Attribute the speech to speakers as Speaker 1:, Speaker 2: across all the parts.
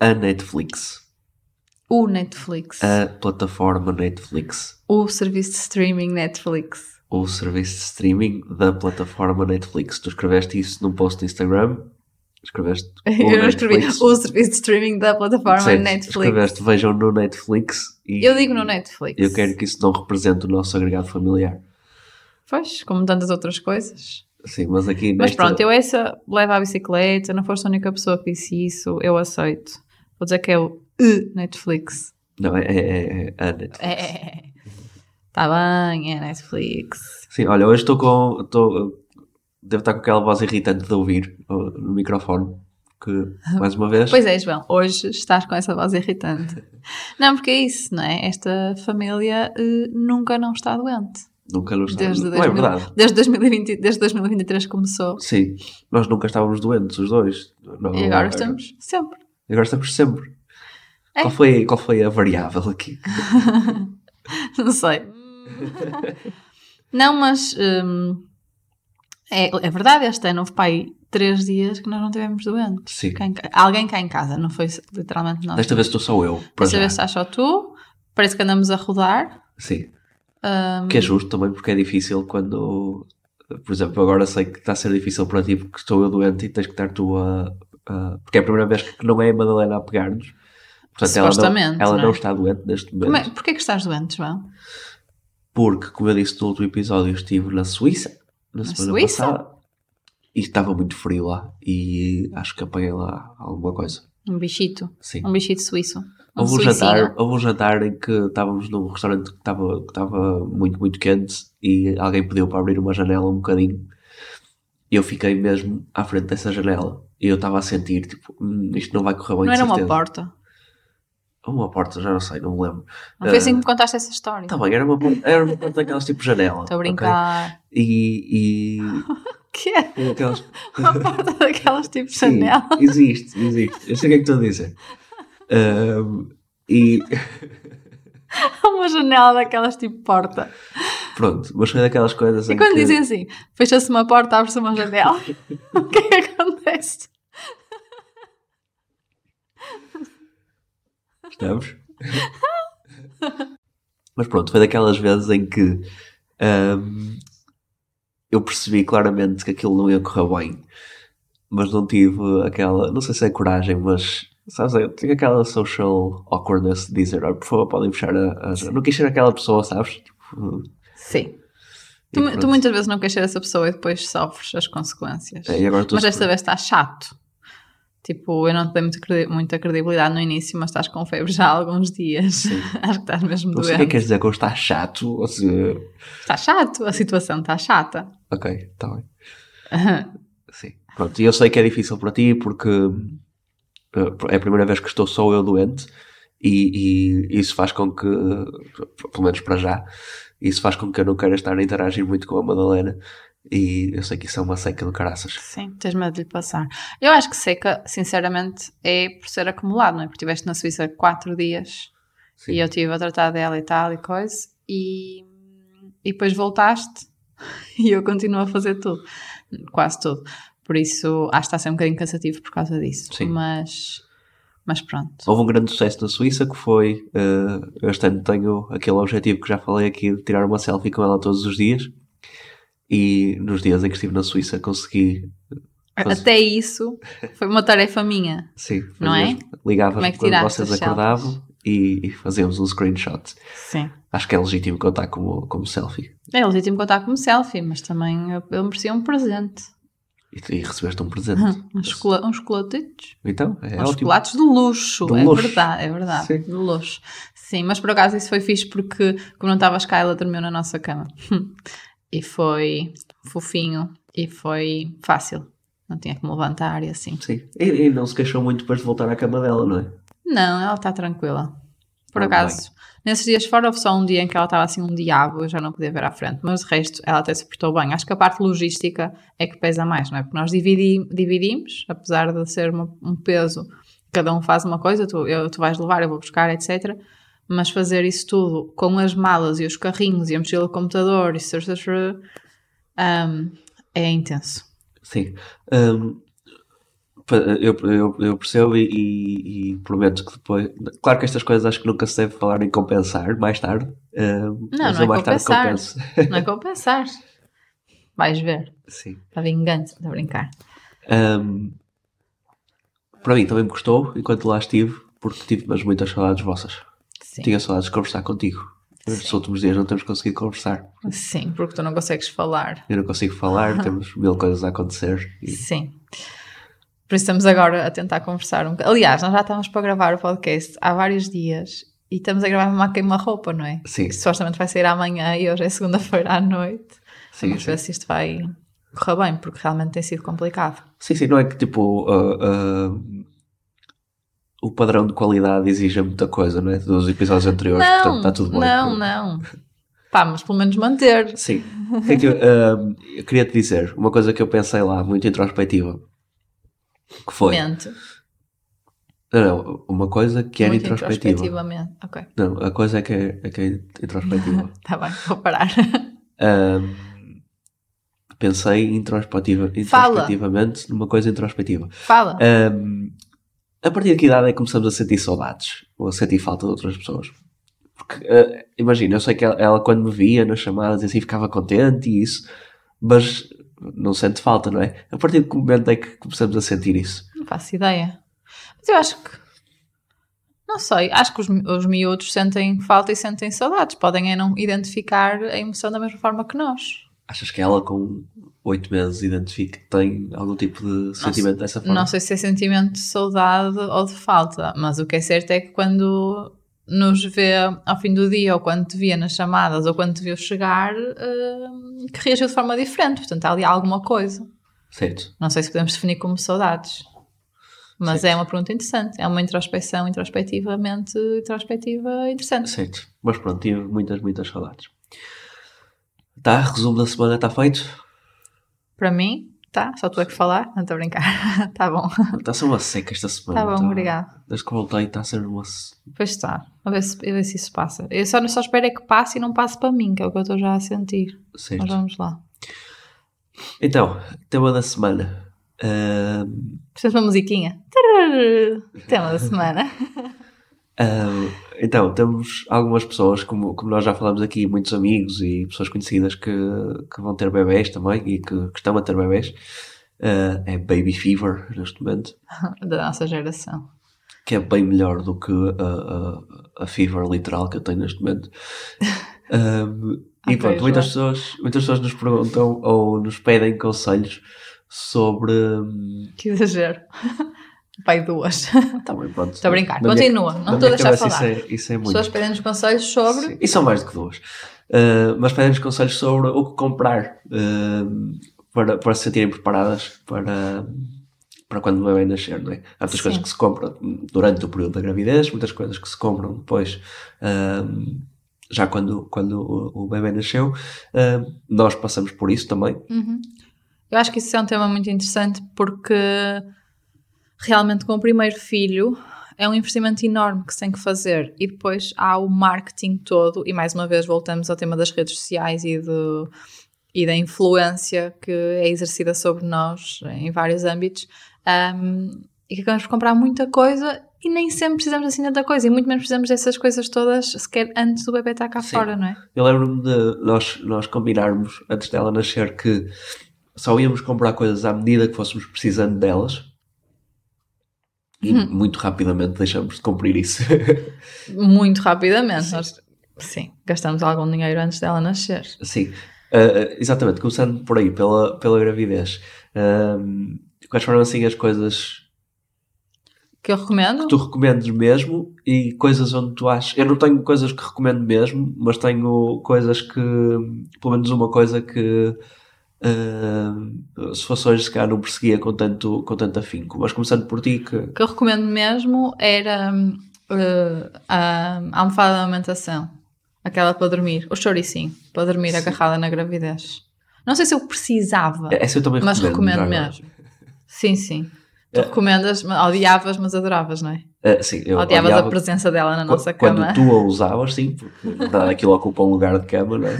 Speaker 1: a Netflix.
Speaker 2: O Netflix.
Speaker 1: A plataforma Netflix.
Speaker 2: O serviço de streaming Netflix.
Speaker 1: O serviço de streaming da plataforma Netflix. Tu escreveste isso num post no Instagram? Escreveste. o
Speaker 2: Eu não escrevi
Speaker 1: Netflix?
Speaker 2: o serviço de streaming da plataforma
Speaker 1: Certo,
Speaker 2: Netflix.
Speaker 1: Escreveste vejam no Netflix e
Speaker 2: Eu digo no Netflix.
Speaker 1: eu quero que isso não represente o nosso agregado familiar.
Speaker 2: Pois, como tantas outras coisas.
Speaker 1: Sim, mas aqui
Speaker 2: Mas
Speaker 1: nesta...
Speaker 2: pronto, eu essa leva à bicicleta, não foste a única pessoa que disse isso, eu aceito. Vou dizer que é o uh, Netflix.
Speaker 1: Não, é, é, é, é a Netflix.
Speaker 2: É, é, é. Tá bem, é Netflix.
Speaker 1: Sim, olha, hoje estou com. Estou, devo estar com aquela voz irritante de ouvir uh, no microfone. Que, mais uma vez.
Speaker 2: Pois é, João, hoje estás com essa voz irritante. Não, porque é isso, não é? Esta família eh, nunca não está doente.
Speaker 1: Nunca nos
Speaker 2: Desde
Speaker 1: Não é
Speaker 2: 2000
Speaker 1: verdade.
Speaker 2: Desde, 2020, desde 2023 começou.
Speaker 1: Sim, nós nunca estávamos doentes, os dois. Não-
Speaker 2: E agora estamos sempre.
Speaker 1: Agora estamos sempre.
Speaker 2: É.
Speaker 1: Qual, foi, qual foi a variável aqui?
Speaker 2: Não sei. Não, mas hum, é, é verdade, este ano houve pai três dias que nós não tivemos doentes.
Speaker 1: Sim.
Speaker 2: Cá em ca- alguém cá em casa, não foi literalmente nós.
Speaker 1: Desta vez estou só eu. Para
Speaker 2: Desta
Speaker 1: já.
Speaker 2: vez estás só tu, parece que andamos a rodar.
Speaker 1: Sim. Que é justo também, porque é difícil quando. Por exemplo, agora sei que está a ser difícil para ti porque estou eu doente e tens que estar tu a. a- porque é a primeira vez que não é a Madalena a pegar-nos. Portanto, ela, não,
Speaker 2: Supostamente,
Speaker 1: ela
Speaker 2: não é?
Speaker 1: não está doente neste momento.
Speaker 2: Como é- Porquê que estás doente, João?
Speaker 1: Porque, como eu disse no último episódio, eu estive na Suíça na, semana
Speaker 2: Suíça?
Speaker 1: passada e estava muito frio lá e acho que apanhei lá alguma coisa.
Speaker 2: Um bichito.
Speaker 1: Sim.
Speaker 2: Um bichito suíço. Um
Speaker 1: Houve um,
Speaker 2: suicida.
Speaker 1: jantar, houve um jantar em que estávamos num restaurante que estava, que estava muito, muito quente e alguém pediu para abrir uma janela um bocadinho. E eu fiquei mesmo à frente dessa janela. E eu estava a sentir, tipo, "Hum, isto não vai correr bem, de
Speaker 2: Não era uma
Speaker 1: certeza."
Speaker 2: porta.
Speaker 1: Uma porta, já não sei, não me lembro.
Speaker 2: Não foi
Speaker 1: Ah.
Speaker 2: assim que me contaste essa história.
Speaker 1: Tá bem, era uma porta, era uma porta daquelas tipo janela.
Speaker 2: Estou
Speaker 1: ok?
Speaker 2: a brincar.
Speaker 1: E,
Speaker 2: Que é?
Speaker 1: e aquelas
Speaker 2: Uma porta daquelas tipo
Speaker 1: Sim,
Speaker 2: janela.
Speaker 1: Existe, existe. Eu sei o que é que estou a dizer. Ahm, e
Speaker 2: Uma janela daquelas tipo porta.
Speaker 1: pronto, mas foi daquelas coisas
Speaker 2: E
Speaker 1: em
Speaker 2: quando
Speaker 1: que-
Speaker 2: dizem assim, fecha-se uma porta, abre-se uma janela. o que é que acontece?
Speaker 1: Estamos? mas pronto, foi daquelas vezes em que ahm, eu percebi claramente que aquilo não ia correr bem, mas não tive aquela, não sei se é coragem, mas sabes, eu tinha aquela social awkwardness de dizer, "Olha, por favor, podem fechar a, a... janela." Não quis ser aquela pessoa, sabes? Tipo,
Speaker 2: Sim.
Speaker 1: e
Speaker 2: Tu,
Speaker 1: pronto.
Speaker 2: tu muitas vezes não queres ser essa pessoa e depois sofres as consequências.
Speaker 1: É, e agora estou
Speaker 2: Mas desta vez está chato. Tipo, eu não te dei muito credi- muita credibilidade no início, mas estás com febre já há alguns dias. Acho que estás mesmo
Speaker 1: Não sei o que é que
Speaker 2: doente.
Speaker 1: queres dizer com está chato. Ou se...
Speaker 2: Está chato, a situação está chata.
Speaker 1: Ok, está bem. Sim. Pronto, e eu sei que é difícil para ti porque eh, é a primeira vez que estou só eu doente e, e isso faz com que, eh, pelo menos para já, isso faz com que eu não queira estar a interagir muito com a Madalena e eu sei que isso é uma seca do caraças.
Speaker 2: Sim, tens medo de lhe passar. Eu acho que seca, sinceramente, é por ser acumulado, não é? Porque estiveste na Suíça quatro dias
Speaker 1: Sim.
Speaker 2: e eu estive a tratar dela e tal e coisa, e, e depois voltaste e eu continuo a fazer tudo, quase tudo. Por isso, acho que está a ser um bocadinho cansativo por causa disso.
Speaker 1: Sim.
Speaker 2: Mas, mas pronto.
Speaker 1: Houve um grande sucesso na Suíça que foi, eh, este ano tenho aquele objetivo que já falei aqui, de tirar uma selfie com ela todos os dias e nos dias em que estive na Suíça consegui Mas-
Speaker 2: Até isso foi uma tarefa minha.
Speaker 1: Sim,
Speaker 2: Não é?
Speaker 1: fazíamos- ligávamos
Speaker 2: Como é que
Speaker 1: quando
Speaker 2: tiraste
Speaker 1: vocês
Speaker 2: as
Speaker 1: acordavam e, e fazíamos um screenshot.
Speaker 2: Sim.
Speaker 1: Acho que é legítimo contar como, como selfie.
Speaker 2: É legítimo contar como selfie, mas também eu, eu merecia um presente.
Speaker 1: E, tu- e recebeste um presente.
Speaker 2: Uns, chocola uns chocolatitos.
Speaker 1: Então, é
Speaker 2: uns
Speaker 1: ótimo.
Speaker 2: chocolates de luxo.
Speaker 1: De
Speaker 2: é
Speaker 1: luxo.
Speaker 2: verdade, é verdade.
Speaker 1: Sim.
Speaker 2: De luxo. Sim, mas por acaso isso foi fixe porque, como não estavas cá, ela dormiu na nossa cama. Hum. E foi fofinho e foi fácil. Não tinha que me levantar e assim.
Speaker 1: Sim. E, e não se queixou muito depois de voltar à cama dela, não é?
Speaker 2: Não, ela está tranquila. Por
Speaker 1: Tá
Speaker 2: acaso, nesses dias fora houve só um dia em que ela estava assim um diabo, eu já não podia ver à frente, mas de resto ela até se portou bem. Acho que a parte logística é que pesa mais, não é? Porque nós dividi- dividimos, apesar de ser uma- um peso, cada um faz uma coisa, tu, eu, tu vais levar, eu vou buscar, etc. Mas fazer isso tudo com as malas e os carrinhos e a mochila do computador e ser, ser, ser, hum, é intenso.
Speaker 1: Sim. Ahm, eu, eu, eu percebo e, e, e, prometo que depois. Claro que estas coisas acho que nunca se deve falar em compensar mais tarde. Uh,
Speaker 2: não, não é
Speaker 1: mais
Speaker 2: compensar. não é compensar. Vais ver.
Speaker 1: Sim.
Speaker 2: Está vingança, está a brincar.
Speaker 1: Um, para mim também me gostou enquanto lá estive, porque tive mas muitas saudades vossas.
Speaker 2: Sim.
Speaker 1: Tinha saudades de conversar contigo. Nos
Speaker 2: Sim.
Speaker 1: últimos dias não temos conseguido conversar.
Speaker 2: Sim, porque tu não consegues falar.
Speaker 1: Eu não consigo falar, temos mil coisas a acontecer. E,
Speaker 2: Sim. Por isso estamos agora a tentar conversar um bocadinho. Aliás, nós já estávamos para gravar o podcast há vários dias e estamos a gravar mesmo a queima-roupa, não é?
Speaker 1: sim,
Speaker 2: Que supostamente vai sair amanhã e hoje é segunda-feira à noite.
Speaker 1: sim,
Speaker 2: Vamos
Speaker 1: sim.
Speaker 2: ver se isto vai correr bem, porque realmente tem sido complicado.
Speaker 1: Sim, sim, não é que tipo ah, ah, o padrão de qualidade exija muita coisa, não é? Dos episódios anteriores, portanto está tudo bem.
Speaker 2: não, não. Pá, mas pelo menos manter.
Speaker 1: Sim. O que é que eu, ah, eu queria te dizer uma coisa que eu pensei lá, muito introspectiva. Que foi?
Speaker 2: Mente.
Speaker 1: Não, não, uma coisa que era
Speaker 2: muito
Speaker 1: introspectiva.
Speaker 2: introspectivamente. Ok,
Speaker 1: Não, a coisa é que é, é, que é introspectiva.
Speaker 2: está bem, vou parar.
Speaker 1: Ah, pensei introspectiva,
Speaker 2: Fala.
Speaker 1: introspectivamente numa coisa introspectiva.
Speaker 2: Fala.
Speaker 1: Ahm, a partir de que idade é que começamos a sentir saudades? Ou a sentir falta de outras pessoas? Porque, ah, imagina, eu sei que ela, ela quando me via nas chamadas e assim ficava contente e isso, mas não sente falta, não é? A partir de que momento é que começamos a sentir isso?
Speaker 2: Não faço ideia. Mas eu acho que. Não sei, acho que os, mi- os miúdos sentem falta e sentem saudades. Podem é não identificar a emoção da mesma forma que nós.
Speaker 1: Achas que ela com oito meses identifica, tem algum tipo de sentimento dessa forma?
Speaker 2: Não sei se é sentimento de saudade ou de falta, mas o que é certo é que quando nos vê ao fim do dia, ou quando te via nas chamadas, ou quando te viu chegar, hum, que reagiu de forma diferente. Portanto, há ali alguma coisa.
Speaker 1: Certo.
Speaker 2: Não sei se podemos definir como saudades. Mas
Speaker 1: Certo.
Speaker 2: é uma pergunta interessante. É uma introspecção introspectivamente introspectiva interessante.
Speaker 1: Certo. Mas pronto, tive muitas, muitas saudades. Tá, resumo da semana está feito.
Speaker 2: Para mim, tá? Só tu é que falar? Não estou a brincar. tá bom.
Speaker 1: Está a ser uma seca esta semana. então
Speaker 2: Tá bom, obrigado.
Speaker 1: Desde que voltei está a ser uma... se-
Speaker 2: Pois está. A ver, se, a ver se isso passa. Eu só, só espero é que passe e não passe para mim, que é o que eu estou já a sentir.
Speaker 1: Certo.
Speaker 2: Mas vamos lá.
Speaker 1: Então, tema da semana. Ahm,
Speaker 2: Precisas de uma musiquinha? Tararara. Tema da semana.
Speaker 1: ahm, então, temos algumas pessoas, como, como nós já falámos aqui, muitos amigos e pessoas conhecidas que, que vão ter bebés também e que, que estão a ter bebés. Ah, é baby fever neste momento,
Speaker 2: da nossa geração.
Speaker 1: que é bem melhor do que a, a, a fever literal que eu tenho neste momento. Ahm,
Speaker 2: Ah,
Speaker 1: e pronto,
Speaker 2: pois,
Speaker 1: muitas
Speaker 2: lá.
Speaker 1: pessoas, muitas pessoas nos perguntam ou nos pedem conselhos sobre. hum,
Speaker 2: Que exagero. Pai, duas.
Speaker 1: Também, pronto.
Speaker 2: Estou Então, a brincar.
Speaker 1: Na minha-
Speaker 2: Continua.
Speaker 1: na
Speaker 2: Não estou
Speaker 1: minha
Speaker 2: a deixar
Speaker 1: cabeça
Speaker 2: falar.
Speaker 1: Isso é, isso é
Speaker 2: As
Speaker 1: muito.
Speaker 2: pessoas pedem-nos conselhos sobre.
Speaker 1: Sim, E são mais do que duas. Uh, mas pedem-nos conselhos sobre o que comprar uh, para, para se sentirem preparadas para, para quando o bebê nascer, não é? Há muitas
Speaker 2: Sim.
Speaker 1: coisas que se compram durante o período da gravidez, muitas coisas que se compram depois, uh, já quando, quando o, o bebê nasceu. Uh, nós passamos por isso também.
Speaker 2: Uhum. Eu acho que isso é um tema muito interessante porque realmente com o primeiro filho é um investimento enorme que se tem que fazer e depois há o marketing todo e mais uma vez voltamos ao tema das redes sociais e do e da influência que é exercida sobre nós em vários âmbitos ahm, e que acabamos por comprar muita coisa e nem sempre precisamos assim tanta coisa e muito menos precisamos dessas coisas todas sequer antes do bebê estar cá
Speaker 1: Sim.
Speaker 2: fora, não é?
Speaker 1: Eu lembro-me de nós, nós combinarmos antes dela nascer que só íamos comprar coisas à medida que fôssemos precisando delas. E
Speaker 2: Hum.
Speaker 1: muito rapidamente deixamos de cumprir isso.
Speaker 2: muito rapidamente.
Speaker 1: Sim.
Speaker 2: Nós, sim, gastamos algum dinheiro antes dela nascer.
Speaker 1: Sim, Ah, ah, exatamente. Começando por aí, pela, pela gravidez. Ahm, quais foram assim as coisas
Speaker 2: Que eu recomendo.
Speaker 1: que tu recomendas mesmo e coisas onde tu achas. Eu não tenho coisas que recomendo mesmo, mas tenho coisas que. Pelo menos uma coisa que. ah, se fosse hoje, se calhar não perseguia com tanto, com tanto afinco. Mas começando por ti, que.
Speaker 2: que eu recomendo mesmo era hum, eh, a a almofada de amamentação. Aquela para dormir. O choricinho. Para dormir
Speaker 1: Sim.
Speaker 2: agarrada na gravidez. Não sei se eu precisava,
Speaker 1: Essa eu também
Speaker 2: mas
Speaker 1: recomendo.
Speaker 2: recomendo
Speaker 1: já agora.
Speaker 2: mesmo. Sim, sim. Tu
Speaker 1: É.
Speaker 2: recomendas, mas odiavas, mas adoravas, não é?
Speaker 1: Ah, sim, eu
Speaker 2: Odiavas
Speaker 1: odiava
Speaker 2: a presença dela na
Speaker 1: Qu-
Speaker 2: nossa
Speaker 1: quando
Speaker 2: cama.
Speaker 1: tu a usavas, sim, porque na verdade, aquilo ocupa um lugar de cama, não é?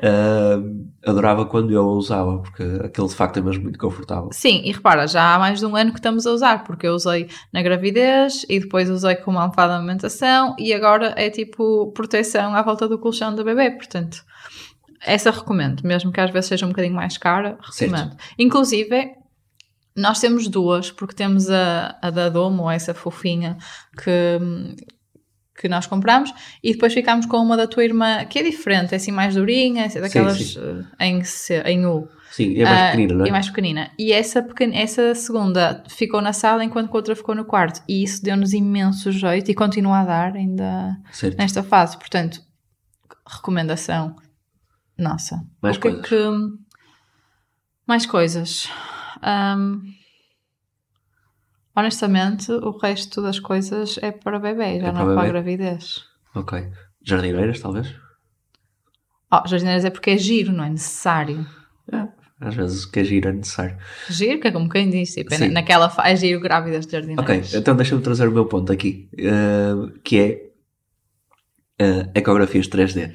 Speaker 1: Ahm, adorava quando eu a usava, porque aquele de facto é mesmo muito confortável.
Speaker 2: Sim, e repara, já há mais de um ano que estamos a usar, porque eu usei na gravidez e depois usei com uma almofada de amamentação e agora é tipo proteção à volta do colchão da bebê, portanto. Essa recomendo, mesmo que às vezes seja um bocadinho mais cara,
Speaker 1: Certo.
Speaker 2: recomendo. Inclusive, nós temos duas, porque temos a, a da Domo, essa fofinha que, que nós compramos, e depois ficámos com uma da tua irmã, que é diferente, é assim mais durinha, é daquelas
Speaker 1: sim.
Speaker 2: eh, Em, C- em U.
Speaker 1: Sim, é mais
Speaker 2: Ah,
Speaker 1: pequenino, não
Speaker 2: E
Speaker 1: é?
Speaker 2: mais pequenina. E essa, pequen- essa segunda ficou na sala enquanto que a outra ficou no quarto. E isso deu-nos imenso jeito e continua a dar ainda
Speaker 1: Certo.
Speaker 2: nesta fase. Portanto, recomendação nossa.
Speaker 1: Mais
Speaker 2: O que é
Speaker 1: coisas.
Speaker 2: que- Mais coisas. Ahm, Honestamente, o resto das coisas é para bebê, já
Speaker 1: É
Speaker 2: não
Speaker 1: para
Speaker 2: é para a
Speaker 1: bebé.
Speaker 2: gravidez.
Speaker 1: Ok. Jardineiras, talvez?
Speaker 2: Oh, jardineiras é porque é giro, não é necessário.
Speaker 1: Às vezes o que é giro é necessário.
Speaker 2: Giro, que é como quem disse, tipo, é na-
Speaker 1: Sim.
Speaker 2: naquela fase, é giro grávidas de
Speaker 1: Ok,
Speaker 2: jardineiras.
Speaker 1: então deixa-me trazer o meu ponto aqui, eh, que é eh, ecografias 3D.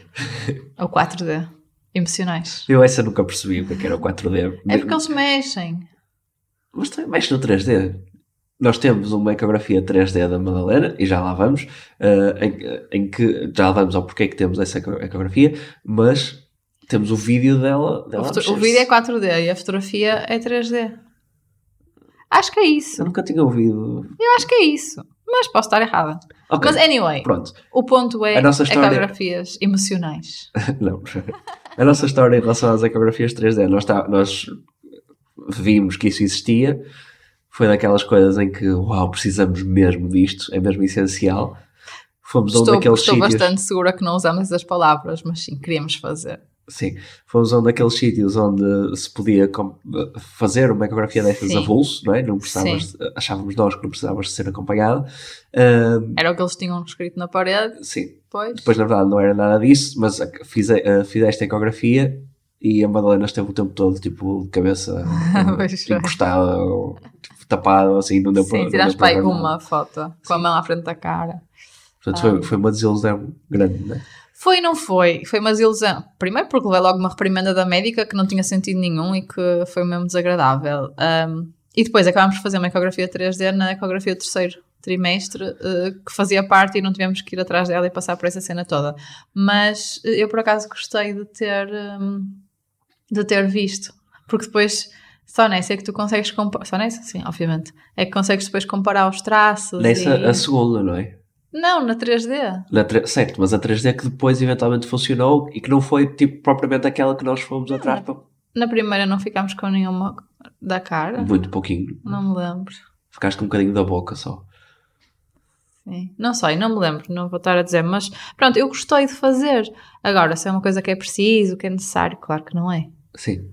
Speaker 2: Ou 4D. Emocionais.
Speaker 1: Eu essa nunca percebi o que é que era o 4D.
Speaker 2: É porque eles mexem.
Speaker 1: Mas também mexe no 3D. Nós temos uma ecografia 3D da Madalena, e já lá vamos, eh, em, em que já lá vamos ao porquê que temos essa eco- ecografia, mas temos o vídeo dela.
Speaker 2: O,
Speaker 1: dela
Speaker 2: foto- o
Speaker 1: mexer-se.
Speaker 2: vídeo é 4D e a fotografia é 3D. Acho que é isso.
Speaker 1: Eu nunca tinha ouvido.
Speaker 2: Eu acho que é isso. Mas posso estar errada.
Speaker 1: Ok,
Speaker 2: Mas, é- anyway,
Speaker 1: pronto.
Speaker 2: o ponto é
Speaker 1: A nossa história-
Speaker 2: ecografias emocionais.
Speaker 1: Não. A nossa história em relação às ecografias 3D, nós, tá- nós vimos que isso existia, foi daquelas coisas em que, uau, precisamos mesmo disto, é mesmo essencial. Fomos a um
Speaker 2: Estou,
Speaker 1: daqueles
Speaker 2: estou
Speaker 1: sítios.
Speaker 2: bastante segura que não usamos essas palavras, mas sim, queríamos fazer.
Speaker 1: Sim, fomos a um daqueles sítios onde se podia com- fazer uma ecografia dessas
Speaker 2: Sim.
Speaker 1: a vulso, não é? Não precisavas, achávamos nós que não precisavas de ser acompanhado. Ahm,
Speaker 2: Era o que eles tinham escrito na parede,
Speaker 1: sim,
Speaker 2: depois.
Speaker 1: depois na verdade não era nada disso, mas a- fiz, a- fiz esta ecografia e a Madalena esteve o tempo todo tipo de cabeça um,
Speaker 2: Pois foi.
Speaker 1: encostada ou tipo, tapada, assim, não deu para
Speaker 2: sim,
Speaker 1: não deu
Speaker 2: tiraste
Speaker 1: para
Speaker 2: para aí
Speaker 1: ver nada.
Speaker 2: uma Ah. foto com a mão à frente da cara.
Speaker 1: Portanto, foi, foi uma desilusão grande, não é?
Speaker 2: Foi e não foi. Foi uma desilusão. Primeiro porque levei logo uma reprimenda da médica que não tinha sentido nenhum e que foi mesmo desagradável. Ahm, e depois acabámos por fazer uma ecografia 3D na ecografia do terceiro trimestre, eh, que fazia parte e não tivemos que ir atrás dela e passar por essa cena toda. Mas eh, eu por acaso gostei de ter, ahm, de ter visto, porque depois só nessa é que tu consegues comparar, só nessa, sim, obviamente, é que consegues depois comparar os traços.
Speaker 1: Nessa,
Speaker 2: e-
Speaker 1: a segunda, não é?
Speaker 2: Não, na 3D.
Speaker 1: Na tre- certo, mas a 3D que depois eventualmente funcionou e que não foi tipo, propriamente aquela que nós fomos atrás para
Speaker 2: Na primeira não ficámos com nenhuma da cara.
Speaker 1: muito pouquinho.
Speaker 2: Não me lembro.
Speaker 1: Ficaste com um bocadinho da boca só.
Speaker 2: Sim. Não sei, não me lembro, não vou estar a dizer, mas pronto, eu gostei de fazer. Agora, se é uma coisa que é preciso, que é necessário, claro que não é.
Speaker 1: Sim.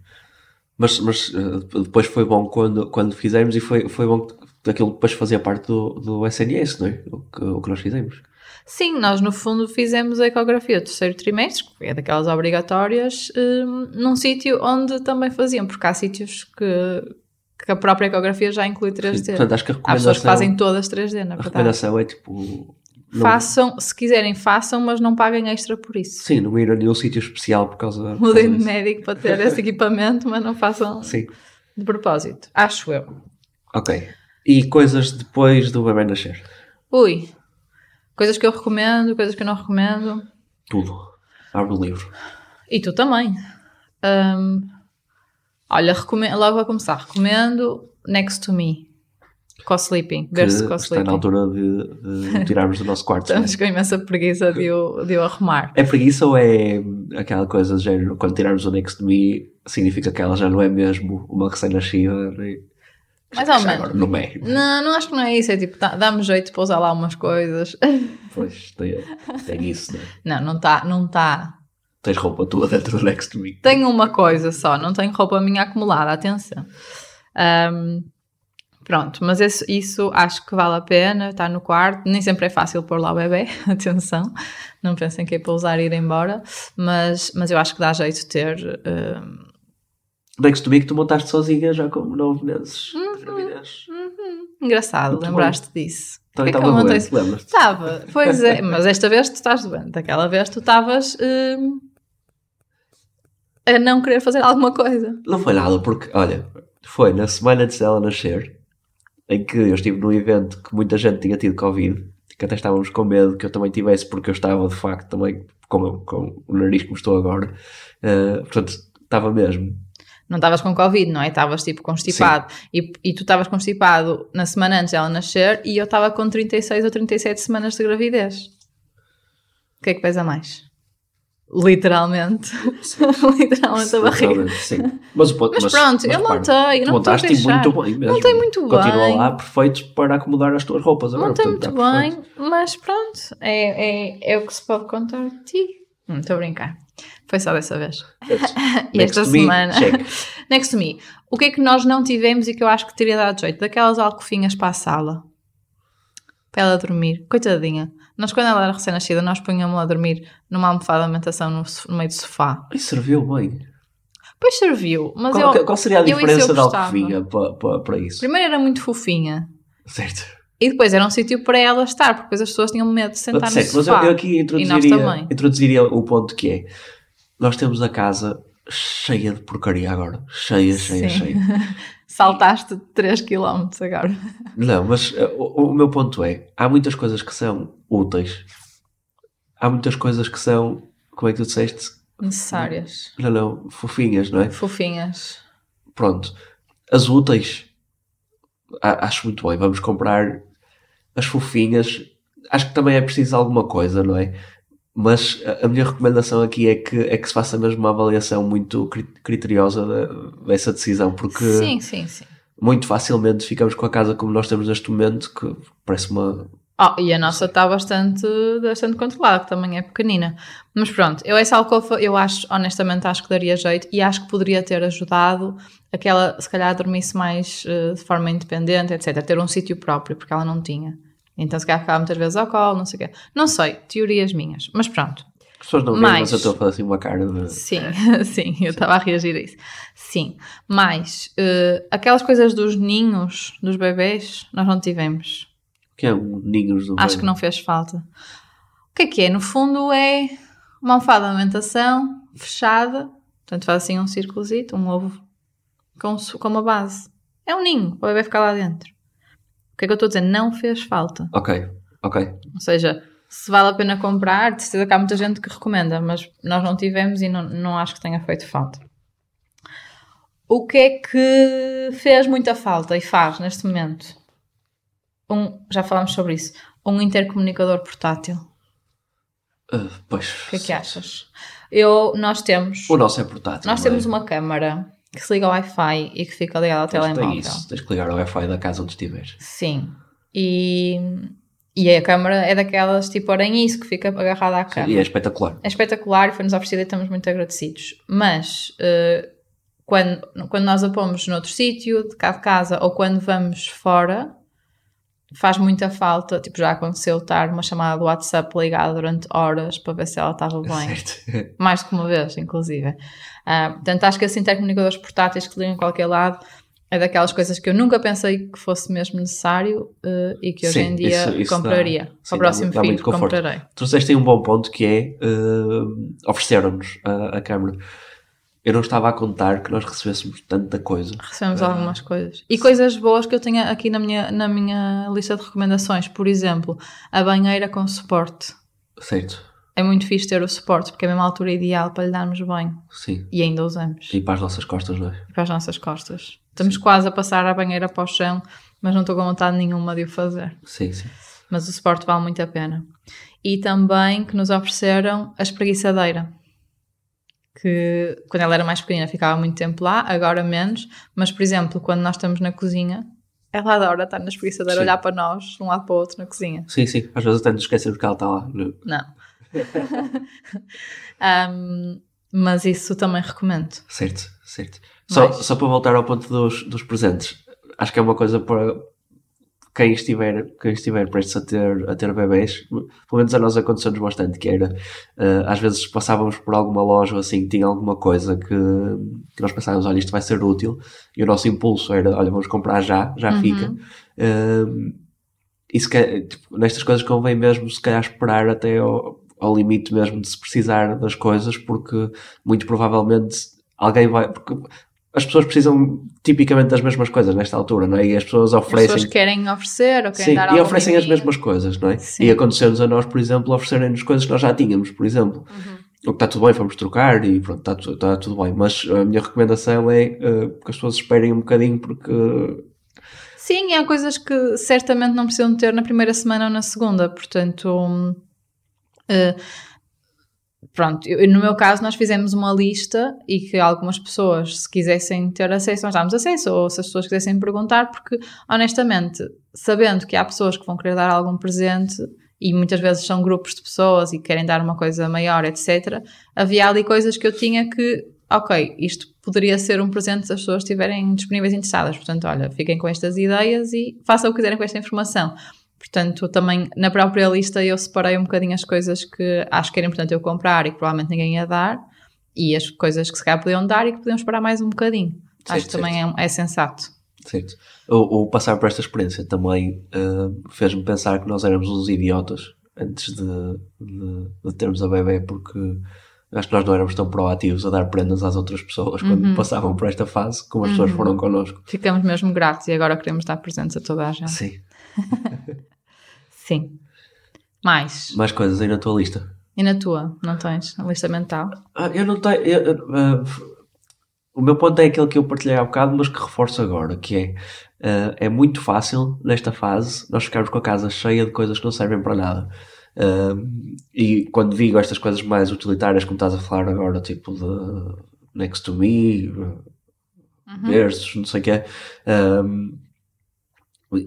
Speaker 1: Mas, mas eh, depois foi bom quando, quando fizemos e foi, foi bom que aquilo depois fazia parte do, do SNS, não é? O que, o que nós fizemos.
Speaker 2: Sim, nós no fundo fizemos a ecografia do terceiro trimestre, que é daquelas obrigatórias, hum, num sítio onde também faziam, porque há sítios que, que a própria ecografia já inclui
Speaker 1: Sim,
Speaker 2: 3D.
Speaker 1: Portanto, acho que a
Speaker 2: há pessoas
Speaker 1: recomendação,
Speaker 2: que fazem todas 3D, na
Speaker 1: a
Speaker 2: verdade.
Speaker 1: recomendação é tipo. não-
Speaker 2: Façam, se quiserem, façam, mas não paguem extra por isso.
Speaker 1: Sim, não ir a nenhum sítio especial por causa. por
Speaker 2: Mudem
Speaker 1: causa
Speaker 2: de
Speaker 1: disso.
Speaker 2: médico para ter esse equipamento, mas não façam
Speaker 1: Sim,
Speaker 2: de propósito. Acho eu.
Speaker 1: ok. E coisas depois do bebê nascer?
Speaker 2: Ui, coisas que eu recomendo, coisas que eu não recomendo.
Speaker 1: Tudo. Abre o livro.
Speaker 2: E tu também. Ahm, olha, recome- logo a começar, recomendo Next to Me, Co-Sleeping,
Speaker 1: que
Speaker 2: Girls
Speaker 1: está na
Speaker 2: Co-Sleeping.
Speaker 1: altura de, de tirarmos do nosso quarto. não é?
Speaker 2: Estamos com imensa preguiça de o, de o arrumar.
Speaker 1: É preguiça ou é hum, aquela coisa do género, quando tirarmos o Next Me, significa que ela já não é mesmo uma recém-nascida? né?
Speaker 2: Mais
Speaker 1: Já
Speaker 2: ou menos.
Speaker 1: Agora não é.
Speaker 2: Não, não acho que não é isso, é tipo, tá- dá-me jeito para usar lá umas coisas.
Speaker 1: Pois, tem, tem isso, né?
Speaker 2: Não, não está, não tá está.
Speaker 1: Tens roupa tua dentro do Next Me.
Speaker 2: Tenho uma coisa só, não tenho roupa minha acumulada, atenção. Ahm, pronto, mas isso, isso acho que vale a pena, está no quarto. Nem sempre é fácil pôr lá o bebê, atenção. Não pensem que é para usar e ir embora, mas, mas eu acho que dá jeito de ter. ahm,
Speaker 1: Next Me que tu montaste
Speaker 2: Uhum.
Speaker 1: sozinha já com 9 meses. três meses.
Speaker 2: engraçado,
Speaker 1: Muito Então,
Speaker 2: lembraste disso.
Speaker 1: Também
Speaker 2: Porquê
Speaker 1: estava
Speaker 2: que eu montei
Speaker 1: doente,
Speaker 2: isso?
Speaker 1: lembras-te?
Speaker 2: Estava, pois é, mas esta vez tu estás doente. Daquela vez tu estavas hum, a não querer fazer alguma coisa.
Speaker 1: Não foi nada, porque, olha, foi na semana antes dela nascer, em que eu estive num evento que muita gente tinha tido Covid, que até estávamos com medo que eu também tivesse, porque eu estava de facto também com, com o nariz como estou agora. Eh, portanto, estava mesmo.
Speaker 2: Não estavas com Covid, não é? Estavas tipo constipado. E, e tu estavas constipado na semana antes dela nascer e eu estava com 36 ou 37 semanas de gravidez. O que é que pesa mais? Literalmente. Literalmente Oh, a barriga.
Speaker 1: Realmente, Sim. Mas, o ponto-
Speaker 2: Mas
Speaker 1: mas-
Speaker 2: pronto,
Speaker 1: mas
Speaker 2: eu
Speaker 1: repara,
Speaker 2: montei, eu
Speaker 1: tu
Speaker 2: não estou a
Speaker 1: montaste
Speaker 2: deixar.
Speaker 1: muito bem mesmo.
Speaker 2: Montei muito
Speaker 1: Continua
Speaker 2: bem.
Speaker 1: lá, perfeito para acomodar as tuas roupas agora.
Speaker 2: Montei
Speaker 1: portanto,
Speaker 2: muito
Speaker 1: está perfeito.
Speaker 2: bem, mas pronto, é, é, é o que se pode contar de ti. Não estou a brincar. Foi só dessa vez. E
Speaker 1: Next
Speaker 2: esta
Speaker 1: to me,
Speaker 2: semana.
Speaker 1: check.
Speaker 2: Next to me. O que é que nós não tivemos e que eu acho que teria dado jeito? Daquelas alcofinhas para a sala. Para ela dormir. Coitadinha. Nós, quando ela era recém-nascida, nós punhamos-la a dormir numa almofada de amamentação no, so- no meio do sofá.
Speaker 1: Isso serviu bem.
Speaker 2: Depois serviu, mas
Speaker 1: qual, é
Speaker 2: eu.
Speaker 1: qual seria a
Speaker 2: eu isso eu
Speaker 1: diferença da
Speaker 2: gostava.
Speaker 1: alcovinha para, para, para isso?
Speaker 2: Primeiro era muito fofinha.
Speaker 1: Certo.
Speaker 2: E depois era um sítio para ela estar, porque depois as pessoas tinham medo de
Speaker 1: Mas,
Speaker 2: sentar
Speaker 1: certo,
Speaker 2: no
Speaker 1: mas eu,
Speaker 2: sofá.
Speaker 1: eu aqui
Speaker 2: também.
Speaker 1: introduziria, introduziria o ponto que é: nós temos a casa cheia de porcaria agora. Cheia, cheia,
Speaker 2: Sim.
Speaker 1: cheia.
Speaker 2: Saltaste 3 km agora.
Speaker 1: Não, mas eh, o, o meu ponto é: há muitas coisas que são úteis, há muitas coisas que são, como é que tu disseste?
Speaker 2: Necessárias.
Speaker 1: Não, não, fofinhas, não é?
Speaker 2: Fofinhas.
Speaker 1: Pronto. As úteis, a- acho muito bem. Vamos comprar as fofinhas. Acho que também é preciso alguma coisa, não é? Mas a- a minha recomendação aqui é que, é que se faça mesmo uma avaliação muito cri- criteriosa da- dessa decisão, porque
Speaker 2: Sim, sim, sim.
Speaker 1: muito facilmente ficamos com a casa como nós temos neste momento, que parece uma.
Speaker 2: Oh, e a nossa está bastante, bastante controlada, que também é pequenina. Mas pronto, eu essa alcofa, eu acho, honestamente, acho que daria jeito e acho que poderia ter ajudado a que ela, se calhar, dormisse mais eh, de forma independente, etc. Ter um sítio próprio, porque ela não tinha. Então, se calhar, ficava muitas vezes ao colo, não sei o quê. Não sei, teorias minhas. Mas pronto.
Speaker 1: As pessoas não veem, mas,
Speaker 2: Mais.
Speaker 1: eu estou a fazer assim uma cara de.
Speaker 2: Sim, sim, eu estava a reagir a isso. Sim, mas eh, aquelas coisas dos ninhos, dos bebês, nós não tivemos.
Speaker 1: que é um ninhos do
Speaker 2: Acho que
Speaker 1: bem.
Speaker 2: não fez falta. O que é que é? No fundo é uma almofada de amamentação fechada, portanto faz assim um círculozito, um ovo com, su- com uma base. É um ninho, o bebê fica lá dentro. O que é que eu estou a dizer? Não fez falta.
Speaker 1: Ok, ok.
Speaker 2: Ou seja, se vale a pena comprar, de certeza que há muita gente que recomenda, mas nós não tivemos e não, não acho que tenha feito falta. O que é que fez muita falta e faz neste momento? Um, já falámos sobre isso. Um intercomunicador portátil.
Speaker 1: Ah, pois.
Speaker 2: O que é que achas? Eu, nós temos,
Speaker 1: O nosso é portátil.
Speaker 2: nós
Speaker 1: não é?
Speaker 2: temos uma câmara que se liga ao Wi-Fi e que fica ligada ao
Speaker 1: Mas tem
Speaker 2: telemóvel.
Speaker 1: isso, tens que ligar ao Wi-Fi da casa onde estiveres.
Speaker 2: Sim. E, e a câmara é daquelas tipo aranhice que fica agarrada à câmara.
Speaker 1: E é espetacular.
Speaker 2: é espetacular e foi-nos oferecida e estamos muito agradecidos. Mas eh, quando, quando nós a pomos noutro sítio, de cá de casa, ou quando vamos fora, faz muita falta. Tipo, já aconteceu estar uma chamada do WhatsApp ligada durante horas para ver se ela estava bem.
Speaker 1: Certo.
Speaker 2: Mais do que uma vez, inclusive. Ah, portanto, acho que esses intercomunicadores portáteis que ligam em qualquer lado é daquelas coisas que eu nunca pensei que fosse mesmo necessário eh, e que hoje
Speaker 1: Sim,
Speaker 2: em dia
Speaker 1: isso- isso dá-
Speaker 2: compraria.
Speaker 1: sim,
Speaker 2: Para
Speaker 1: dá-
Speaker 2: o próximo
Speaker 1: dá
Speaker 2: filho,
Speaker 1: muito conforto.
Speaker 2: comprarei.
Speaker 1: Trouxeste aí um bom ponto que é eh, ofereceram-nos a, a câmara. Eu não estava a contar que nós recebêssemos tanta coisa.
Speaker 2: Recebemos
Speaker 1: Ah.
Speaker 2: algumas coisas. E coisas boas que eu tenho aqui na minha, na minha lista de recomendações. Por exemplo, a banheira com suporte.
Speaker 1: Certo,
Speaker 2: É muito fixe ter o suporte, porque é a mesma altura ideal para lhe darmos banho.
Speaker 1: sim.
Speaker 2: E ainda usamos.
Speaker 1: E para as nossas costas, não é?
Speaker 2: E para as nossas costas. Estamos quase a passar a banheira para o chão, mas não estou com vontade nenhuma de o fazer.
Speaker 1: Sim, sim.
Speaker 2: Mas o suporte vale muito a pena. E também que nos ofereceram a espreguiçadeira. Que quando ela era mais pequenina ficava muito tempo lá, agora menos. Mas, por exemplo, quando nós estamos na cozinha, ela adora estar na espreguiçadeira,
Speaker 1: Sim.
Speaker 2: olhar para nós, de um lado para o outro na cozinha.
Speaker 1: Sim, sim. Às vezes até nos esquecemos que ela está lá. Não. é?
Speaker 2: Não. Ahm, mas isso também recomendo.
Speaker 1: Certo, certo. Só,
Speaker 2: Mais.
Speaker 1: só para voltar ao ponto dos, dos presentes, acho que é uma coisa para quem estiver, quem estiver prestes a ter, a ter bebés, pelo menos a nós aconteceu-nos bastante, que era eh, às vezes passávamos por alguma loja ou assim, que tinha alguma coisa que, que nós pensávamos, olha, isto vai ser útil, e o nosso impulso era, olha, vamos comprar já, já
Speaker 2: Uhum.
Speaker 1: fica. Eh, E se calhar, tipo, nestas coisas convém mesmo, se calhar, esperar até ao, ao limite mesmo de se precisar das coisas, porque muito provavelmente alguém vai. Porque as pessoas precisam tipicamente das mesmas coisas nesta altura, não é? E as pessoas
Speaker 2: As
Speaker 1: oferecem.
Speaker 2: pessoas querem oferecer ou querem
Speaker 1: Sim,
Speaker 2: dar
Speaker 1: e
Speaker 2: alguma
Speaker 1: oferecem as
Speaker 2: coisinha.
Speaker 1: mesmas coisas, não é?
Speaker 2: Sim.
Speaker 1: E aconteceu-nos a nós, por exemplo, oferecerem-nos coisas que nós já tínhamos, por exemplo.
Speaker 2: Uhum.
Speaker 1: O que está tudo bem, vamos trocar e pronto, está, tu- está tudo bem. Mas a minha recomendação é eh, que as pessoas esperem um bocadinho porque
Speaker 2: Sim, e há coisas que certamente não precisam de ter na primeira semana ou na segunda, portanto. hum, eh, Pronto, eu- no meu caso nós fizemos uma lista e que algumas pessoas, se quisessem ter acesso, nós dámos acesso, ou se as pessoas quisessem perguntar, porque honestamente, sabendo que há pessoas que vão querer dar algum presente e muitas vezes são grupos de pessoas e querem dar uma coisa maior, etc., havia ali coisas que eu tinha que, ok, isto poderia ser um presente se as pessoas estiverem disponíveis e interessadas. Portanto, olha, fiquem com estas ideias e façam o que quiserem com esta informação. Portanto, também na própria lista eu separei um bocadinho as coisas que acho que era importante eu comprar e que provavelmente ninguém ia dar e as coisas que se calhar podiam dar e que podiam esperar mais um bocadinho. acho que
Speaker 1: Certo,
Speaker 2: também é, é sensato.
Speaker 1: Certo. O, o passar por esta experiência também ah, fez-me pensar que nós éramos uns idiotas antes de, de- de termos a bebê, porque eu acho que nós não éramos tão proativos a dar prendas às outras pessoas
Speaker 2: Uhum.
Speaker 1: quando passavam por esta fase, como as pessoas
Speaker 2: Uhum.
Speaker 1: foram connosco.
Speaker 2: Ficamos mesmo gratos e agora queremos dar presentes a toda a gente.
Speaker 1: Sim.
Speaker 2: Sim. Mais.
Speaker 1: Mais coisas aí na tua lista?
Speaker 2: E na tua? Não tens? A lista mental?
Speaker 1: Ah, eu não tenho. eu- eu- ah, o meu ponto é aquele que eu partilhei há bocado, mas que reforço agora, que é ah, é muito fácil nesta fase nós ficarmos com a casa cheia de coisas que não servem para nada. Ah, e quando digo estas coisas mais utilitárias, como estás a falar agora, tipo de Next to Me,
Speaker 2: Uhum.
Speaker 1: versos, não sei o quê. Ahm,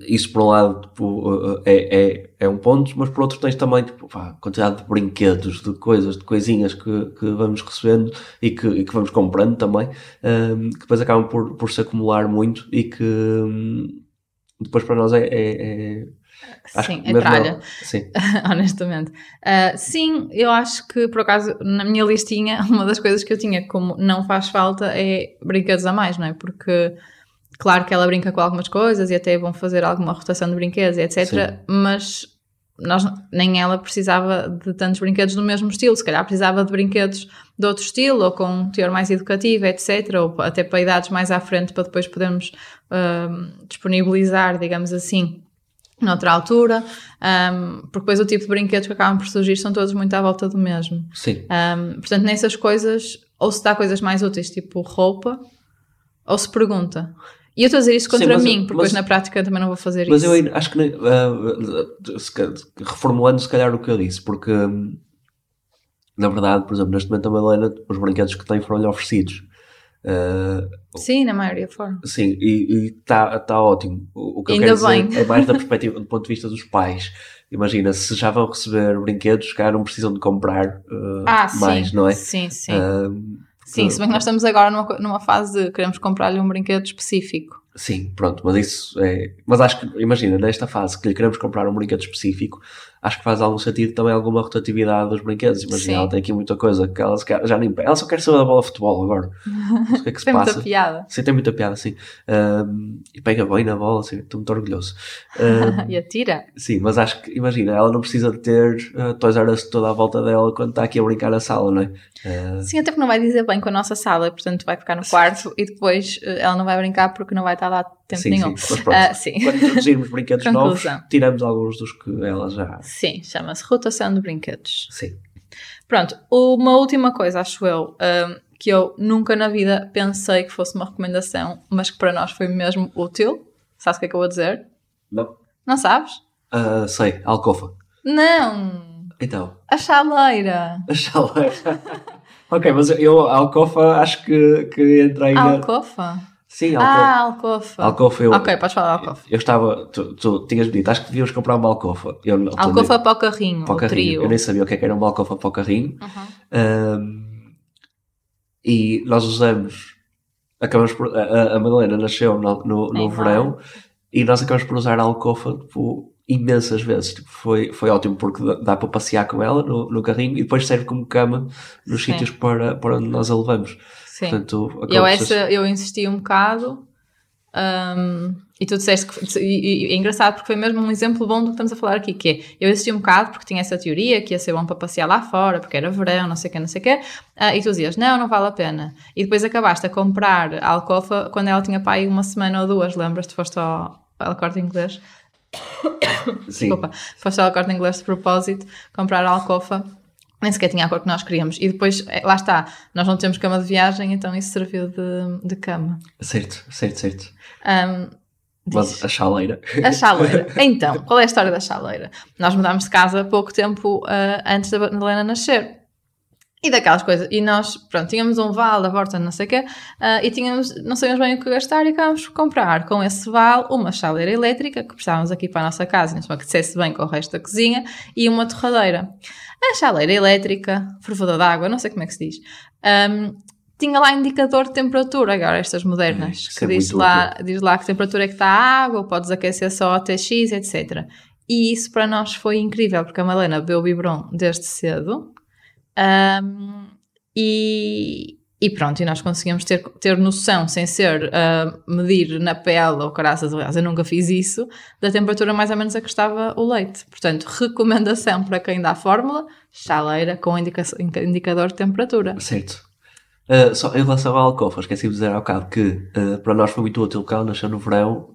Speaker 1: isso por um lado tipo, é, é, é um ponto, mas por outro tens também tipo, pá, quantidade de brinquedos, de coisas, de coisinhas que, que vamos recebendo e que, e que vamos comprando também, ahm, que depois acabam por, por se acumular muito e que hum, depois para nós é. é- é- acho
Speaker 2: Sim,
Speaker 1: que
Speaker 2: é
Speaker 1: mesmo
Speaker 2: tralha.
Speaker 1: não- Sim,
Speaker 2: honestamente. Ah, sim, eu acho que por acaso na minha listinha uma das coisas que eu tinha como não faz falta é brinquedos a mais, não é? Porque claro que ela brinca com algumas coisas e até vão fazer alguma rotação de brinquedos e etc.
Speaker 1: Sim.
Speaker 2: Mas nós, nem ela precisava de tantos brinquedos do mesmo estilo, se calhar precisava de brinquedos de outro estilo ou com um teor mais educativo, etc. Ou até para idades mais à frente para depois podermos ahm, disponibilizar, digamos assim noutra altura, ahm, porque depois o tipo de brinquedos que acabam por surgir são todos muito à volta do mesmo.
Speaker 1: sim.
Speaker 2: Ahm, portanto, nessas coisas, ou se dá coisas mais úteis, tipo roupa, ou se pergunta. E eu estou a dizer isso
Speaker 1: Sim,
Speaker 2: contra
Speaker 1: mas-
Speaker 2: mim, porque depois
Speaker 1: mas-
Speaker 2: na prática também não vou fazer
Speaker 1: Mas
Speaker 2: isso.
Speaker 1: eu ainda acho que nem- ah, se ca- reformulando se calhar o que eu disse, porque hum, na verdade, por exemplo, neste momento a Madalena, os brinquedos que tem foram-lhe oferecidos. Ah,
Speaker 2: Sim, na maioria foram.
Speaker 1: sim, e está tá ótimo. O, o que
Speaker 2: Ainda
Speaker 1: eu quero
Speaker 2: bem.
Speaker 1: dizer é mais da perspectiva do ponto de vista dos pais. Imagina, se já vão receber brinquedos, cá não precisam de comprar ah,
Speaker 2: Ah, sim.
Speaker 1: mais, não é?
Speaker 2: Sim, sim.
Speaker 1: Ah,
Speaker 2: sim, se bem que nós estamos agora numa, co- numa fase de queremos comprar-lhe um brinquedo específico.
Speaker 1: Sim, pronto, mas isso é. Mas acho que, imagina, nesta fase que lhe queremos comprar um brinquedo específico, acho que faz algum sentido também alguma rotatividade dos brinquedos. Imagina,
Speaker 2: Sim.
Speaker 1: ela tem aqui muita coisa que ela se quer- já nem. Ela só quer saber da bola de futebol agora. Não sei o que é que se
Speaker 2: Tem muita
Speaker 1: passa.
Speaker 2: piada.
Speaker 1: Sim, tem muita piada, sim. Ahm, e pega bem na bola, assim, estou muito orgulhoso. Ahm,
Speaker 2: E atira.
Speaker 1: sim, mas acho que, imagina, ela não precisa de ter uh, Toys R Us toda à volta dela quando está aqui a brincar na sala, não é? Ah,
Speaker 2: Sim, até porque não vai dizer bem com a nossa sala, portanto vai ficar no quarto e depois eh, ela não vai brincar porque não vai estar lá tempo
Speaker 1: sim,
Speaker 2: nenhum.
Speaker 1: sim, mas pronto.
Speaker 2: Ah, sim.
Speaker 1: Quando introduzirmos brinquedos novos,
Speaker 2: Conclusão.
Speaker 1: tiramos alguns dos que ela já.
Speaker 2: Sim, chama-se rotação de brinquedos.
Speaker 1: Sim.
Speaker 2: Pronto, uma última coisa, acho eu, hum, que eu nunca na vida pensei que fosse uma recomendação, mas que para nós foi mesmo útil. Sabes o que é que eu vou dizer?
Speaker 1: Não?
Speaker 2: Não sabes?
Speaker 1: Ah, sei, Alcofa.
Speaker 2: Não!
Speaker 1: Então,
Speaker 2: A chaleira!
Speaker 1: a chaleira. ok, mas eu, a Alcofa, acho que, que entra aí.
Speaker 2: A
Speaker 1: na-
Speaker 2: alcofa?
Speaker 1: Sim, Alcofa.
Speaker 2: Ah, alcofa!
Speaker 1: Alcofa, eu,
Speaker 2: Ok, podes falar alcofa.
Speaker 1: eu estava. Tu, tu tinhas dito, acho que devíamos comprar uma Alcofa. Eu, não- tu nem-
Speaker 2: Alcofa para o carrinho,
Speaker 1: para o
Speaker 2: o
Speaker 1: carrinho.
Speaker 2: é um trio.
Speaker 1: Eu nem sabia o que é que era uma Alcofa para o carrinho.
Speaker 2: Uhum.
Speaker 1: Ahm, e nós usamos. Acabamos por, a- a, a Madalena nasceu no, no, no
Speaker 2: Em
Speaker 1: verão e nós acabamos por usar a Alcofa tipo, imensas vezes. Tipo, foi, foi ótimo porque dá, dá para passear com ela no, no carrinho e depois serve como cama nos
Speaker 2: Sim.
Speaker 1: sítios para, para onde nós a levamos.
Speaker 2: Sim.
Speaker 1: Portanto,
Speaker 2: Eu,
Speaker 1: acaba por ser-
Speaker 2: essa, eu insisti um bocado Um, e tu disseste que e, e, é engraçado porque foi mesmo um exemplo bom do que estamos a falar aqui, que é eu assisti um bocado porque tinha essa teoria que ia ser bom para passear lá fora, porque era verão, não sei o que, não sei o que, uh, e tu dizias, não, não vale a pena. E depois acabaste a comprar a Alcofa quando ela tinha pai uma semana ou duas, lembras-te? Foste ao, ao corte inglês. Sim. Desculpa, foste ao corte inglês de propósito, comprar a Alcofa nem sequer tinha a cor que nós queríamos. E depois, eh, lá está, nós não temos cama de viagem, então isso serviu de, de cama.
Speaker 1: Certo, certo, certo. Um, Mas a chaleira.
Speaker 2: A chaleira. Então, qual é a história da chaleira? Nós mudámos de casa pouco tempo uh, antes da Helena nascer. E daquelas coisas. E nós, pronto, tínhamos um vale, a volta, não sei o quê, uh, e tínhamos, não sabíamos bem o que gastar e acabámos por comprar com esse vale uma chaleira elétrica, que precisávamos aqui para a nossa casa, mesmo que dissesse bem com o resto da cozinha, e uma torradeira. A chaleira elétrica, fervura d'água, não sei como é que se diz, um, tinha lá indicador de temperatura, agora estas modernas, é, que é diz, lá, útil. diz lá que temperatura é que está a água, podes aquecer só até X, etc. E isso para nós foi incrível, porque a Malena bebeu biberon desde cedo, um, e, e, pronto, e nós conseguimos ter, ter noção, sem ser uh, medir na pele ou caraças, aliás, eu nunca fiz isso, da temperatura mais ou menos a que estava o leite. Portanto, recomendação para quem dá fórmula, chaleira com indica indicador de temperatura.
Speaker 1: Certo. Uh, só em relação à alcofa, esqueci de dizer há bocado que uh, para nós foi muito útil que ela nasceu no verão,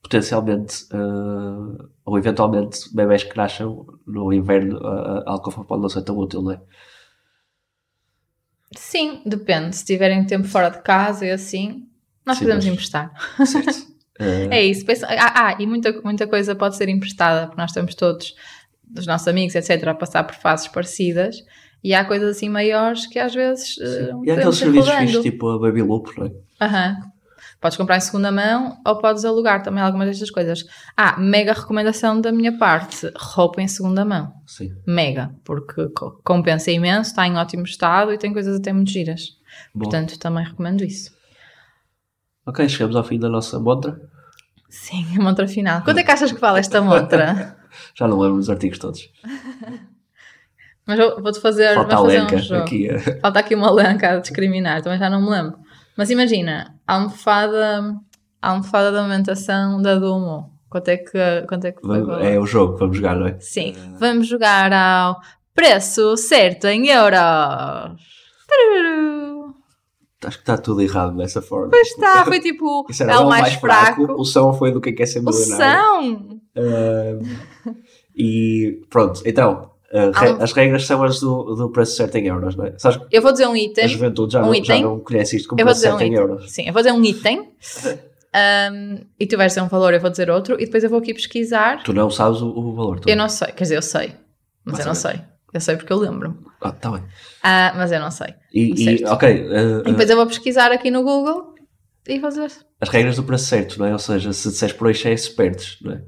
Speaker 1: potencialmente ah, ou eventualmente bebés que nascem no inverno, ah, a, a alcofa pode não ser tão útil, não é?
Speaker 2: Sim, depende. Se tiverem tempo fora de casa e assim, nós Sim, podemos mas... emprestar. Certo. Uh... é isso. Pensa... Ah, ah, e muita, muita coisa pode ser emprestada, porque nós estamos todos, os nossos amigos, etc., a passar por fases parecidas. E há coisas assim maiores que às vezes. eh,
Speaker 1: Uh, e há aqueles serviços fixos, tipo a Baby Loop, não
Speaker 2: é? Aham. Uhum podes comprar em segunda mão ou podes alugar também algumas destas coisas. Ah, mega recomendação da minha parte: roupa em segunda mão.
Speaker 1: Sim.
Speaker 2: Mega, porque compensa imenso, está em ótimo estado e tem coisas até muito giras. Bom. Portanto, também recomendo isso.
Speaker 1: Ok, chegamos ao fim da nossa montra.
Speaker 2: Sim, a montra final. Quanto é que achas que vale esta montra?
Speaker 1: Já não lembro dos artigos todos.
Speaker 2: Mas vou-te fazer.
Speaker 1: Falta a fazer um jogo. aqui. É...
Speaker 2: Falta aqui uma lanca a discriminar, também já não me lembro. Mas imagina, a almofada, a almofada da amamentação da Dumo. Quanto é que, quanto é que foi?
Speaker 1: É o jogo que vamos jogar, não é?
Speaker 2: Sim, vamos jogar ao preço certo em euros. Tururu.
Speaker 1: Acho que está tudo errado dessa forma.
Speaker 2: Pois está, foi tipo
Speaker 1: Isso era é o mais, mais fraco. fraco. O som foi do é? que quer ser
Speaker 2: milionário.
Speaker 1: O som! Uh, e pronto, então, Uh,
Speaker 2: um
Speaker 1: Alm... as regras são as do, do preço certo em euros, não é? Sabes,
Speaker 2: eu vou dizer um item.
Speaker 1: A juventude já,
Speaker 2: um
Speaker 1: não, item. já não conhece isto como preço um certo item. em euros.
Speaker 2: Sim, eu vou dizer um item. um, e tu vais dizer um valor, eu vou dizer outro, e depois eu vou aqui pesquisar.
Speaker 1: Tu não sabes o, o valor, tu?
Speaker 2: Eu não sei, quer dizer, eu sei, mas, mas eu não sei. sei. Eu sei porque eu lembro.
Speaker 1: Ah, tá bem.
Speaker 2: Ah, mas eu não sei.
Speaker 1: E, e ok. Uh,
Speaker 2: e depois eu vou pesquisar aqui no Google e fazer.
Speaker 1: As regras do preço certo, não é? Ou seja, se disseres por aí, é perdes, não é?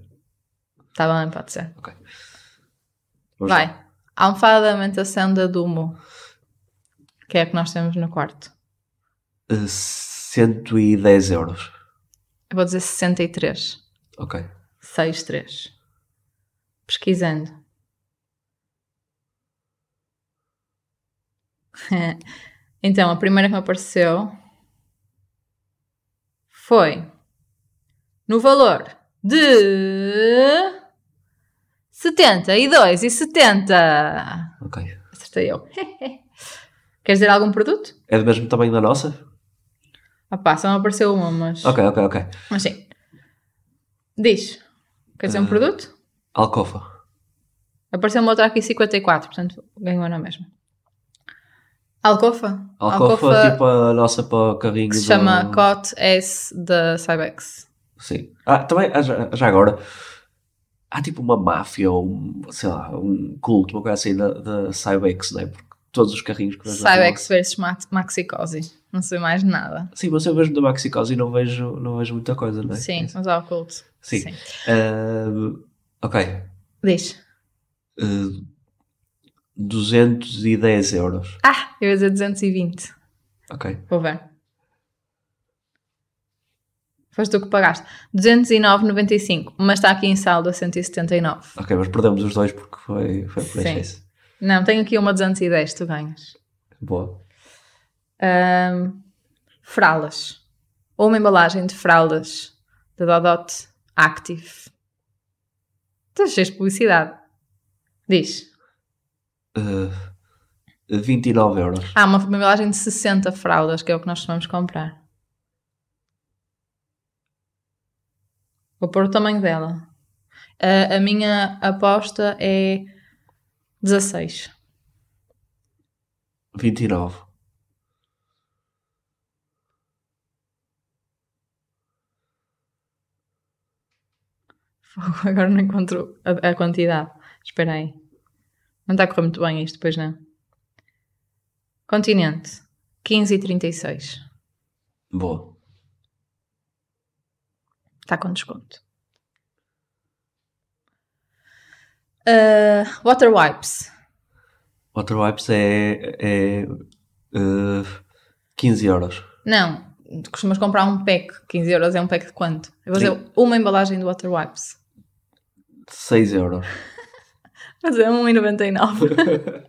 Speaker 2: Tá bem, pode ser.
Speaker 1: Ok.
Speaker 2: Vamos Vai. Lá. A almofada da amamentação da Dumo. Que é a que nós temos no quarto.
Speaker 1: Uh, 110 euros.
Speaker 2: Eu vou dizer 63.
Speaker 1: Ok.
Speaker 2: 63. Pesquisando. então, a primeira que me apareceu foi no valor de 72 e 70.
Speaker 1: Ok.
Speaker 2: Acertei eu. Queres dizer algum produto?
Speaker 1: É do mesmo tamanho da nossa?
Speaker 2: Ah pá, só me apareceu uma, mas.
Speaker 1: Ok, ok, ok.
Speaker 2: Mas sim. Diz. Queres dizer uh, um produto?
Speaker 1: Alcofa.
Speaker 2: Apareceu uma outra aqui 54, portanto ganhou na mesma. Alcofa.
Speaker 1: Alcofa? Alcofa, tipo a nossa para o carrinho. Que
Speaker 2: se chama do... Cot S da Cybex.
Speaker 1: Sim. Ah, também, já, já agora há tipo uma máfia ou um, sei lá, um culto, uma coisa assim da, da Cybex, né? Porque todos os carrinhos que
Speaker 2: Cybex versus Maxicosi, não sei mais nada.
Speaker 1: Sim, mas eu vejo da Maxicosi não vejo, não vejo muita coisa, né?
Speaker 2: Sim, mas há o culto.
Speaker 1: Sim. Sim. Uh, ok.
Speaker 2: Diz.
Speaker 1: Uh, 210 euros.
Speaker 2: Ah, eu ia dizer 220.
Speaker 1: Ok.
Speaker 2: Vou ver. Foste tu que pagaste. 209,95, mas está aqui em saldo a 179.
Speaker 1: Ok, mas perdemos os dois porque foi, foi por isso.
Speaker 2: Não, tenho aqui uma 210, tu ganhas.
Speaker 1: Boa.
Speaker 2: Um, fralas. ou uma embalagem de fraldas da Dodot Active. Tu de publicidade. Diz.
Speaker 1: Uh, 29 euros.
Speaker 2: Há Ah, uma uma embalagem de 60 fraldas, que é o que nós vamos comprar. Vou pôr o tamanho dela. A, a minha aposta é 16.
Speaker 1: 29.
Speaker 2: Fogo, Agora não encontro a, a quantidade. Espera aí. Não está a correr muito bem isto, pois não? Continente, 15 e 36.
Speaker 1: Boa.
Speaker 2: Está com desconto. Ah, water wipes.
Speaker 1: Water Wipes é, é uh, 15 euros.
Speaker 2: Não, costumas comprar um pack. 15 euros é um pack de quanto? Eu vou fazer uma embalagem de water wipes.
Speaker 1: 6 euros.
Speaker 2: Mas é 1,99.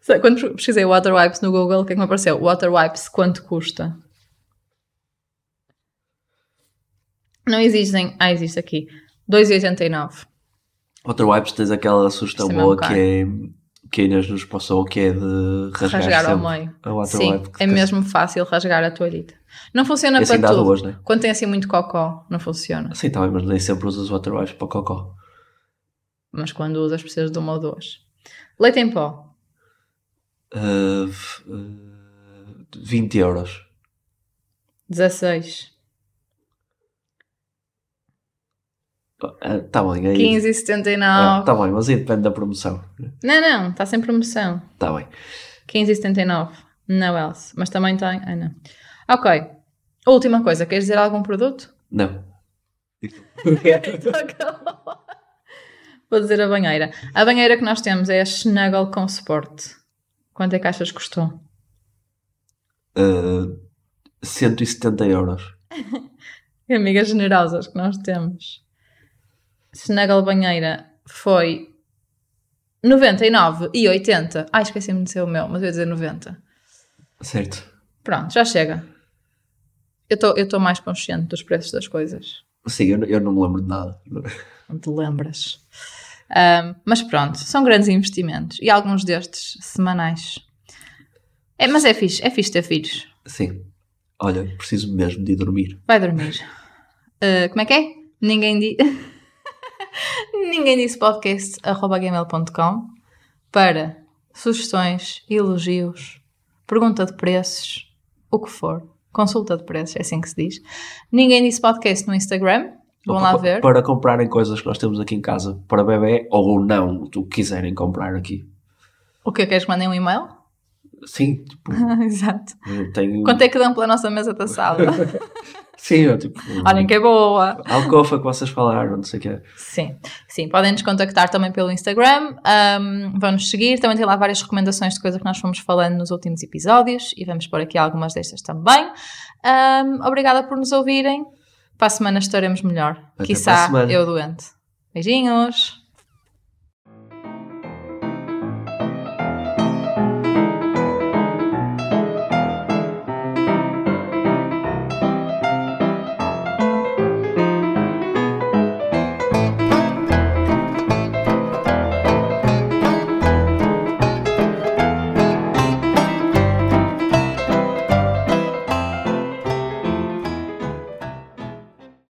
Speaker 2: Sabe, Quando pesquisei water wipes no Google, o que é que me apareceu? Water wipes, quanto custa? Não existem. Ah, existe aqui. 2,89.
Speaker 1: Water Wipes tens aquela sugestão
Speaker 2: Isto é
Speaker 1: boa
Speaker 2: mesmo
Speaker 1: que é que a Inês nos passou, que é de rasgar,
Speaker 2: Rasgar ao
Speaker 1: sempre
Speaker 2: meio.
Speaker 1: A Water
Speaker 2: Sim,
Speaker 1: Wipe, que
Speaker 2: é mesmo fácil rasgar a toalhita. Não funciona
Speaker 1: Esse ainda
Speaker 2: para
Speaker 1: há
Speaker 2: tudo.
Speaker 1: duas, né?
Speaker 2: Quando tem assim muito cocó, não funciona.
Speaker 1: Sim, também, mas nem sempre usas Water Wipes para cocó.
Speaker 2: Mas quando usas, precisas de uma ou duas. Leite em pó,
Speaker 1: Uh, f- uh, 20 euros.
Speaker 2: 16.
Speaker 1: Está Ah, tá bem, aí.
Speaker 2: 15,79.
Speaker 1: Está bem, mas aí depende da promoção.
Speaker 2: Não, não, está sem promoção.
Speaker 1: Está bem.
Speaker 2: 15,79. Não else. Mas também tem. Ai não. Ok. Última coisa, queres dizer algum produto?
Speaker 1: Não.
Speaker 2: Vou dizer a banheira. A banheira que nós temos é a Snuggle com suporte. Quanto é que achas que custou?
Speaker 1: Uh, 170 euros.
Speaker 2: Amigas generosas que nós temos. Snuggle banheira foi 99 e 80. Ai, esqueci-me de ser o meu, mas eu ia dizer 90.
Speaker 1: Certo.
Speaker 2: Pronto, já chega. Eu tô- eu estou mais consciente dos preços das coisas.
Speaker 1: Sim, eu, eu não me lembro de nada.
Speaker 2: Não te lembras. Ahm, mas pronto, são grandes investimentos. E alguns destes semanais. É, mas é fixe, é fixe ter filhos.
Speaker 1: Sim. Olha, preciso mesmo de ir dormir.
Speaker 2: Vai dormir. Ah, como é que é? Ninguém, di... Ninguém disse podcast.gmail.com para sugestões, elogios, pergunta de preços, o que for. Consulta de preços, é assim que se diz. Ninguém disse podcast no Instagram. Vão
Speaker 1: Ou
Speaker 2: lá
Speaker 1: pa-
Speaker 2: ver.
Speaker 1: Para comprarem coisas que nós temos aqui em casa para bebê ou não, o que quiserem comprar aqui.
Speaker 2: O que é que queres que mandem um e-mail?
Speaker 1: Sim, tipo,
Speaker 2: Exato.
Speaker 1: eu tenho.
Speaker 2: Quanto é que dão pela nossa mesa da sala?
Speaker 1: Sim, eu tipo.
Speaker 2: Olhem que é boa!
Speaker 1: Alcofa que vocês falaram, não sei o que é.
Speaker 2: Sim, sim, podem nos contactar também pelo Instagram, ahm, vão nos seguir, também tem lá várias recomendações de coisas que nós fomos falando nos últimos episódios e vamos pôr aqui algumas destas também. Ahm, obrigada por nos ouvirem. Para a semana estaremos melhor.
Speaker 1: para a
Speaker 2: Quizá
Speaker 1: semana.
Speaker 2: eu doente. Beijinhos!